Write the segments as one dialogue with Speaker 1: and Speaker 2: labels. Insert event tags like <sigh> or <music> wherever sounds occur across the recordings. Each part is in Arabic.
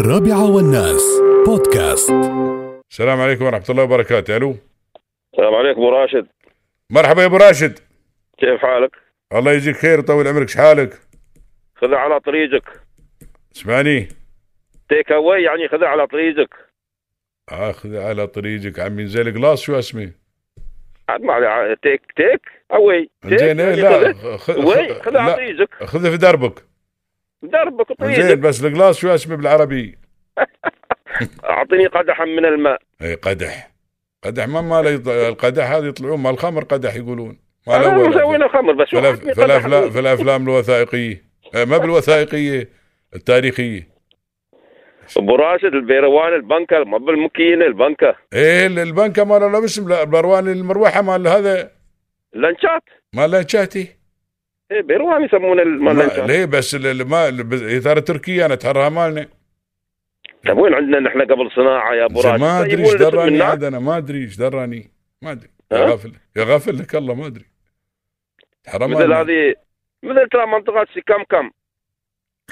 Speaker 1: الرابعة والناس بودكاست
Speaker 2: السلام عليكم ورحمة الله وبركاته ألو
Speaker 3: السلام عليكم ابو راشد
Speaker 2: مرحبا يا أبو راشد
Speaker 3: كيف حالك؟
Speaker 2: الله يجزيك خير طول عمرك شحالك
Speaker 3: خذها على طريقك
Speaker 2: اسمعني
Speaker 3: تيك اواي يعني خذها على طريقك
Speaker 2: أخذ على طريقك عمي زي القلاص شو اسمي
Speaker 3: عاد ما عليه تيك تيك اواي تيك
Speaker 2: زين إيه،
Speaker 3: يعني
Speaker 2: لا خ-
Speaker 3: خذها.
Speaker 2: خ-
Speaker 3: اواي خذها على
Speaker 2: لا
Speaker 3: طريقك طيب.
Speaker 2: خذها في دربك
Speaker 3: دربك
Speaker 2: زين
Speaker 3: طريقك
Speaker 2: بس القلاص شو اسمه بالعربي
Speaker 3: اعطيني قدحا من الماء
Speaker 2: أي إيه، قدح قدح ما ماله
Speaker 3: <laughs>
Speaker 2: يط- القدح هذا يطلعون مال الخمر قدح يقولون مال
Speaker 3: انا
Speaker 2: أول
Speaker 3: مسوينا خمر بس
Speaker 2: في الأف-
Speaker 3: وحطني
Speaker 2: في
Speaker 3: قدحا
Speaker 2: الأفلام-
Speaker 3: من-
Speaker 2: في الأفلام الوثائقية آه، ما بالوثائقية التاريخية
Speaker 3: ابو راشد البيروان البنكه ما بالمكينه البنكه
Speaker 2: ايه البنكة مال ولا باسم لا، بالاروان المروحة مال هذا
Speaker 3: لانشات
Speaker 2: مال لانشاتي
Speaker 3: إيه، بيروان يسمون الم-
Speaker 2: ما-
Speaker 3: اللانشات
Speaker 2: ليه بس ال- ال- ما ال- بس- اثاره تركيا انا تحرها مالنا
Speaker 3: طيب وين عندنا نحن قبل صناعه يا ابو
Speaker 2: زين
Speaker 3: راشد
Speaker 2: ما
Speaker 3: طيب
Speaker 2: ادري
Speaker 3: وين
Speaker 2: ايش
Speaker 3: الاسم
Speaker 2: دراني
Speaker 3: منها؟
Speaker 2: عاد انا ما ادري ايش دراني ما ادري يا
Speaker 3: ها؟
Speaker 2: غافل يا غافل لك الله ما ادري تحرى
Speaker 3: مثل
Speaker 2: مالنا
Speaker 3: هذه مثل ترى منطقه سكام كام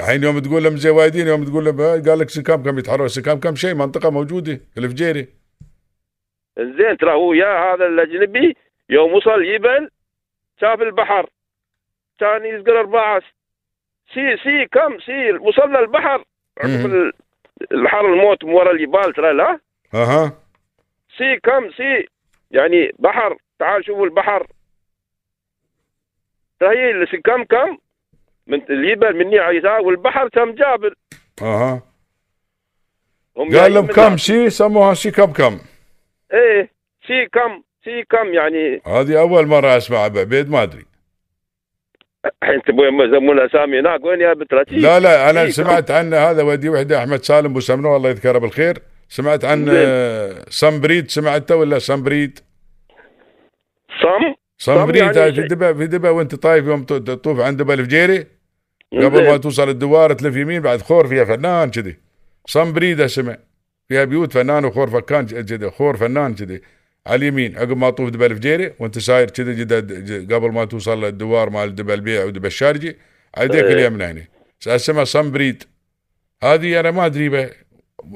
Speaker 2: الحين يوم تقول لهم زوايدين يوم تقول لهم آه، قال لك سكام كم يتحروا سكام كم شيء منطقه موجوده في الفجيري
Speaker 3: زين ترى هو يا هذا الاجنبي يوم وصل يبل شاف البحر كان يذكر اربعه سي سي كم سي وصلنا البحر عقب
Speaker 2: مم.
Speaker 3: ال- الحر الموت من ورا الجبال ترى لا
Speaker 2: اها
Speaker 3: سي كم سي يعني بحر تعال شوفوا البحر ترى هي اللي سي كم كم من الجبل مني عيسى والبحر كم جابل
Speaker 2: اها
Speaker 3: هم
Speaker 2: قال لهم
Speaker 3: جايين
Speaker 2: كم
Speaker 3: من-
Speaker 2: شيء سموها سكام كم
Speaker 3: ايه سي كم سي كم يعني
Speaker 2: هذه اول مره اسمع ابو عبيد ما ادري
Speaker 3: الحين تبون يسمون اسامي هناك وين يا بتراتي
Speaker 2: لا لا انا
Speaker 3: إيه،
Speaker 2: سمعت عنه هذا ودي وحده احمد سالم بوسمنه الله يذكره بالخير سمعت عن
Speaker 3: زين. يعني
Speaker 2: آه، سمبريد سمعته ولا سمبريد
Speaker 3: صم
Speaker 2: سمبريد
Speaker 3: يعني
Speaker 2: هاي آه، في
Speaker 3: شيء.
Speaker 2: دبا في دبا وانت طايف يوم ت- تطوف عند دبا الفجيري قبل ما
Speaker 3: زين.
Speaker 2: توصل الدوار تلف يمين بعد خور فيها فنان كذي سمبريد اسمه فيها بيوت فنان وخور فكان كذي خور فنان كذي على اليمين عقب ما تطوف دبا الفجيري وانت ساير كذي جدا ج- قبل ما توصل الدوار مال دبا البيع ودبا الشارجي عديك
Speaker 3: إيه.
Speaker 2: اليمنى هنا اسمها صنبريد هذه انا ما ادري به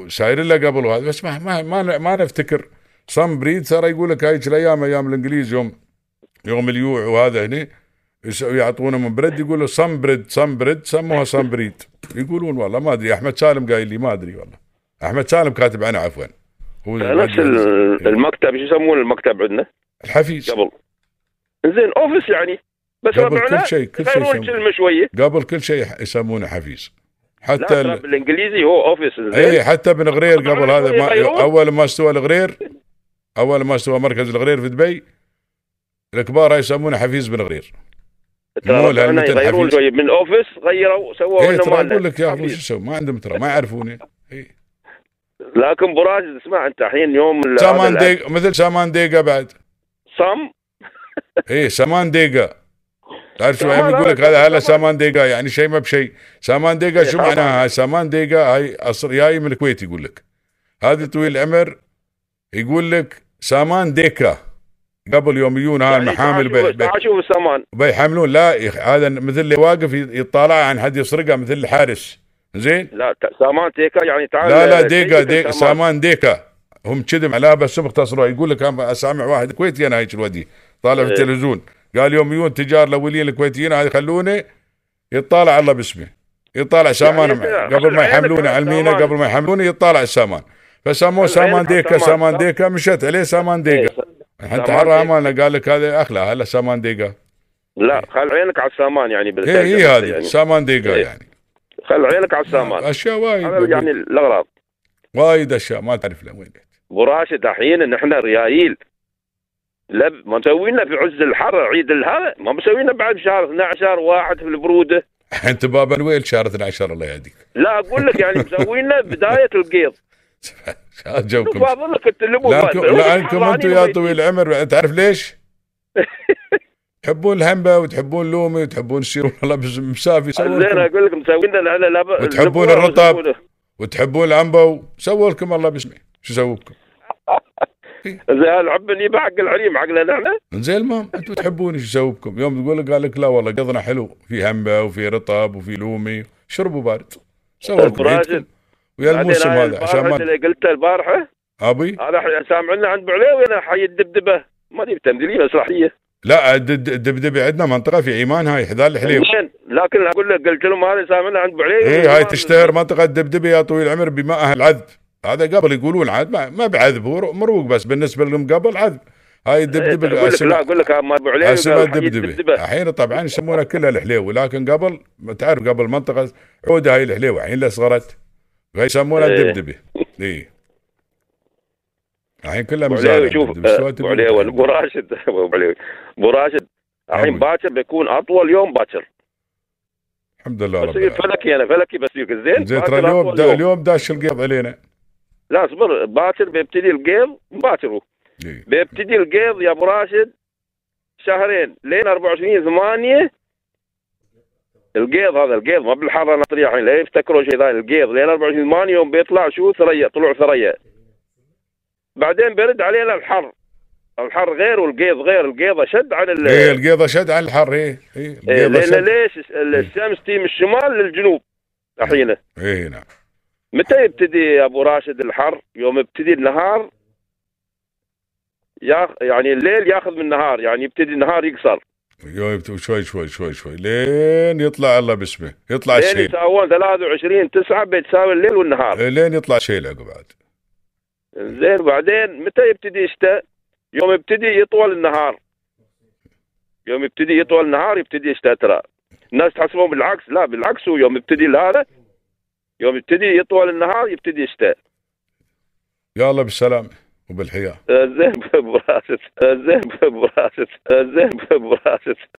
Speaker 2: ساير لها قبل وهذا بس ما ما ما, ما نفتكر صنبريد ترى يقول لك هايك الايام ايام الانجليز يوم يوم اليوع وهذا هنا يس- يعطونهم برد يقولوا صنبرد صنبرد سموها صنبريد يقولون والله ما ادري احمد سالم قايل لي ما ادري والله احمد سالم كاتب عنه عفوا هو
Speaker 3: نفس ال- المكتب شو يسمون المكتب عندنا
Speaker 2: الحفيز
Speaker 3: قبل زين اوفيس يعني بس
Speaker 2: قبل
Speaker 3: ربعنا
Speaker 2: كل شيء- كل شيء
Speaker 3: يغيرون
Speaker 2: يسمون.
Speaker 3: كلمه شويه
Speaker 2: قبل كل شيء ح- يسمونه حفيز
Speaker 3: لا
Speaker 2: حتى
Speaker 3: ترى
Speaker 2: ال... إيه،
Speaker 3: بالانجليزي هو اوفيس زين
Speaker 2: اي حتى بن غرير
Speaker 3: طبعاً
Speaker 2: قبل هذا ما
Speaker 3: يغيرون.
Speaker 2: اول ما استوى الغرير اول ما استوى مركز الغرير في دبي الكبار هاي يسمونه حفيز بن غرير
Speaker 3: ترى
Speaker 2: مو لها
Speaker 3: ربعنا
Speaker 2: مثل
Speaker 3: يغيرون
Speaker 2: حفيز.
Speaker 3: شويه من اوفيس غيروا سووا
Speaker 2: اي
Speaker 3: لنا
Speaker 2: إيه، ترى
Speaker 3: مال.
Speaker 2: اقول لك يا اخي شو
Speaker 3: حفيز.
Speaker 2: يسوي ما عندهم ترى ما يعرفون إيه.
Speaker 3: لكن براز اسمع انت الحين يوم ال- هذا
Speaker 2: سامان
Speaker 3: الأ-
Speaker 2: ديقة مثل سامان ديقة بعد
Speaker 3: صم
Speaker 2: اي سامان ديقة تعرف شو
Speaker 3: سامان
Speaker 2: يعني يقول لك
Speaker 3: هذا
Speaker 2: هذا هلا
Speaker 3: سامان.
Speaker 2: سامان ديقة يعني شيء ما بشيء سامان ديقة
Speaker 3: إيه
Speaker 2: شو
Speaker 3: طبعاً.
Speaker 2: معناها هاي سامان ديقة هاي اصل جاي من الكويت يقول لك هذه طويل العمر يقول لك سامان ديكا قبل يوم يجون هاي
Speaker 3: يعني
Speaker 2: المحامل
Speaker 3: تعال شوف-
Speaker 2: بي- بي-
Speaker 3: تعال شوف السامان
Speaker 2: بيحملون لا يخ... هذا مثل اللي واقف يت- يطالع عن حد يسرقه مثل الحارس زين
Speaker 3: لا ت- سامان تيكا يعني تعال
Speaker 2: لا لا
Speaker 3: تيكا
Speaker 2: ديكا ديكا
Speaker 3: سامان.
Speaker 2: سامان ديكا هم كذب على بس مختصروا يقول لك انا اسامع واحد كويتي انا هيك الودي طالع في
Speaker 3: إيه.
Speaker 2: التلفزيون قال يوم يجون تجار الاولين الكويتيين هاي يخلوني يطالع الله باسمه يطالع سامان
Speaker 3: يعني
Speaker 2: مع-
Speaker 3: أنت-
Speaker 2: قبل ما
Speaker 3: عينك
Speaker 2: يحملونه
Speaker 3: على
Speaker 2: على المينا
Speaker 3: سامان.
Speaker 2: قبل ما يحملونه يطالع السامان فسموه
Speaker 3: عينك
Speaker 2: سامان
Speaker 3: على
Speaker 2: ديكا
Speaker 3: سامان.
Speaker 2: سامان ديكا مشت عليه سامان
Speaker 3: إيه،
Speaker 2: ديكا
Speaker 3: سامان
Speaker 2: الحين تحرى
Speaker 3: ديكا.
Speaker 2: مالنا قال لك هذا اخلى هلا سامان ديكا
Speaker 3: لا خل عينك على السامان يعني بالترجمة
Speaker 2: هي هي هذه
Speaker 3: يعني.
Speaker 2: سامان ديكا
Speaker 3: إيه.
Speaker 2: يعني
Speaker 3: خل عينك على السامان
Speaker 2: اشياء
Speaker 3: هذا
Speaker 2: وايد
Speaker 3: يعني الاغراض
Speaker 2: وايد اشياء ما تعرف <laughs> لها وين
Speaker 3: ابو راشد الحين نحن ريايل لب ما مسوينا في عز الحر عيد الهذا ما مسوينا بعد شهر 12 واحد في البروده
Speaker 2: انت بابا نويل شهر 12 الله يهديك
Speaker 3: لا اقول لك يعني مسوينا بدايه القيض
Speaker 2: شو جوكم
Speaker 3: فاضل لك التلبو
Speaker 2: لكن
Speaker 3: <laughs>
Speaker 2: لانكم انتم يا طويل العمر تعرف ليش؟ تحبون الهمبه وتحبون اللومي وتحبون تصيرون والله بس- مسافي سووا
Speaker 3: زين
Speaker 2: لكم
Speaker 3: اقول لك مسوينا لا لا لا
Speaker 2: وتحبون الرطب. وتحبون العنبه سووا لكم الله باسمه شو سووا لكم؟
Speaker 3: زين العب اللي بعق العريم عقلنا نحن
Speaker 2: زين المهم انتم تحبون شو سووا لكم؟ يوم تقول لك قال لك لا والله قضنا حلو في همبه وفي رطب وفي لومي شربوا بارد سووا لكم
Speaker 3: برازل.
Speaker 2: عيدكم ويا الموسم
Speaker 3: بعدين هاي
Speaker 2: هذا عشان
Speaker 3: البارحة
Speaker 2: ما
Speaker 3: اللي قلته البارحه
Speaker 2: ابي
Speaker 3: هذا إحنا سامعنا عند بعليوي انا حي الدبدبه ما دي تمثيليه مسرحيه
Speaker 2: لا الد- الد- الدبدبي عندنا منطقه في عمان هاي حذاء الحليب
Speaker 3: زين لكن اقول لك قلت لهم هذا سامعنا عند بعليوي
Speaker 2: اي إيه، هاي تشتهر منطقه الدبدبي يا طويل العمر بماءها العذب هذا قبل يقولون عاد ما, ما بعذب هو مروق بس بالنسبه لهم قبل عذب هاي
Speaker 3: إيه،
Speaker 2: الدبدبه
Speaker 3: اقول لك لا
Speaker 2: اسمها
Speaker 3: اقول لك أما ابو عليوي
Speaker 2: اسمها
Speaker 3: قالوا حي
Speaker 2: الدبدبه
Speaker 3: الدبدبه
Speaker 2: الحين طبعا يسمونها كلها الحليوي لكن قبل ما تعرف قبل منطقه عوده هاي الحليوي الحين لا صغرت غير يسمونها
Speaker 3: إيه.
Speaker 2: الدبدبه اي الحين كلها
Speaker 3: ابو
Speaker 2: مزارع
Speaker 3: عليوي شوف
Speaker 2: الدبدبة. شو
Speaker 3: آه،
Speaker 2: تبي
Speaker 3: ابو عليوي
Speaker 2: تعرف؟
Speaker 3: ابو راشد <laughs> ابو عليوي ابو راشد الحين
Speaker 2: عمي.
Speaker 3: باكر بيكون اطول يوم باكر
Speaker 2: الحمد لله رب
Speaker 3: بس إيه،
Speaker 2: العالمين
Speaker 3: فلكي انا فلكي بس يك زين
Speaker 2: زين ترى
Speaker 3: باكر
Speaker 2: اليوم
Speaker 3: أطول
Speaker 2: دا
Speaker 3: يوم.
Speaker 2: اليوم داش القيض علينا
Speaker 3: لا اصبر باكر بيبتدي القيض باكر هو
Speaker 2: إيه.
Speaker 3: بيبتدي القيض يا ابو راشد شهرين لين 24 8 القيض هذا القيض ما بالحر انا طريح يعني لا يفتكروا شيء ثاني القيض لين 24 8 يوم بيطلع شو ثريا طلوع ثريا بعدين بيرد علينا الحر الحر غير والقيض غير القيض اشد عن ال
Speaker 2: ايه القيضه شد على الحر ايه ايه القيضه
Speaker 3: إيه، لان
Speaker 2: شد
Speaker 3: ليش الشمس تيجي من الشمال للجنوب الحين
Speaker 2: ايه نعم
Speaker 3: متى يبتدي يا ابو راشد الحر؟ يوم يبتدي النهار ياخ يعني الليل ياخذ من النهار يعني يبتدي النهار يقصر
Speaker 2: يوم يبت- شوي شوي شوي شوي لين يطلع الله باسمه يطلع
Speaker 3: لين
Speaker 2: الشيل
Speaker 3: يساوون 23 9 بيتساوي الليل والنهار
Speaker 2: لين يطلع شيل عقب عاد
Speaker 3: زين بعدين متى يبتدي الشتاء؟ يوم يبتدي يطول النهار يوم يبتدي يطول النهار يبتدي الشتاء ترى الناس تحسبهم بالعكس لا بالعكس هو يوم يبتدي هذا يوم يبتدي يطول النهار يبتدي الشتاء
Speaker 2: يا الله بالسلامه
Speaker 3: آه،
Speaker 2: وبالحياه
Speaker 3: <laughs> زين براسة زين براسة زين براسة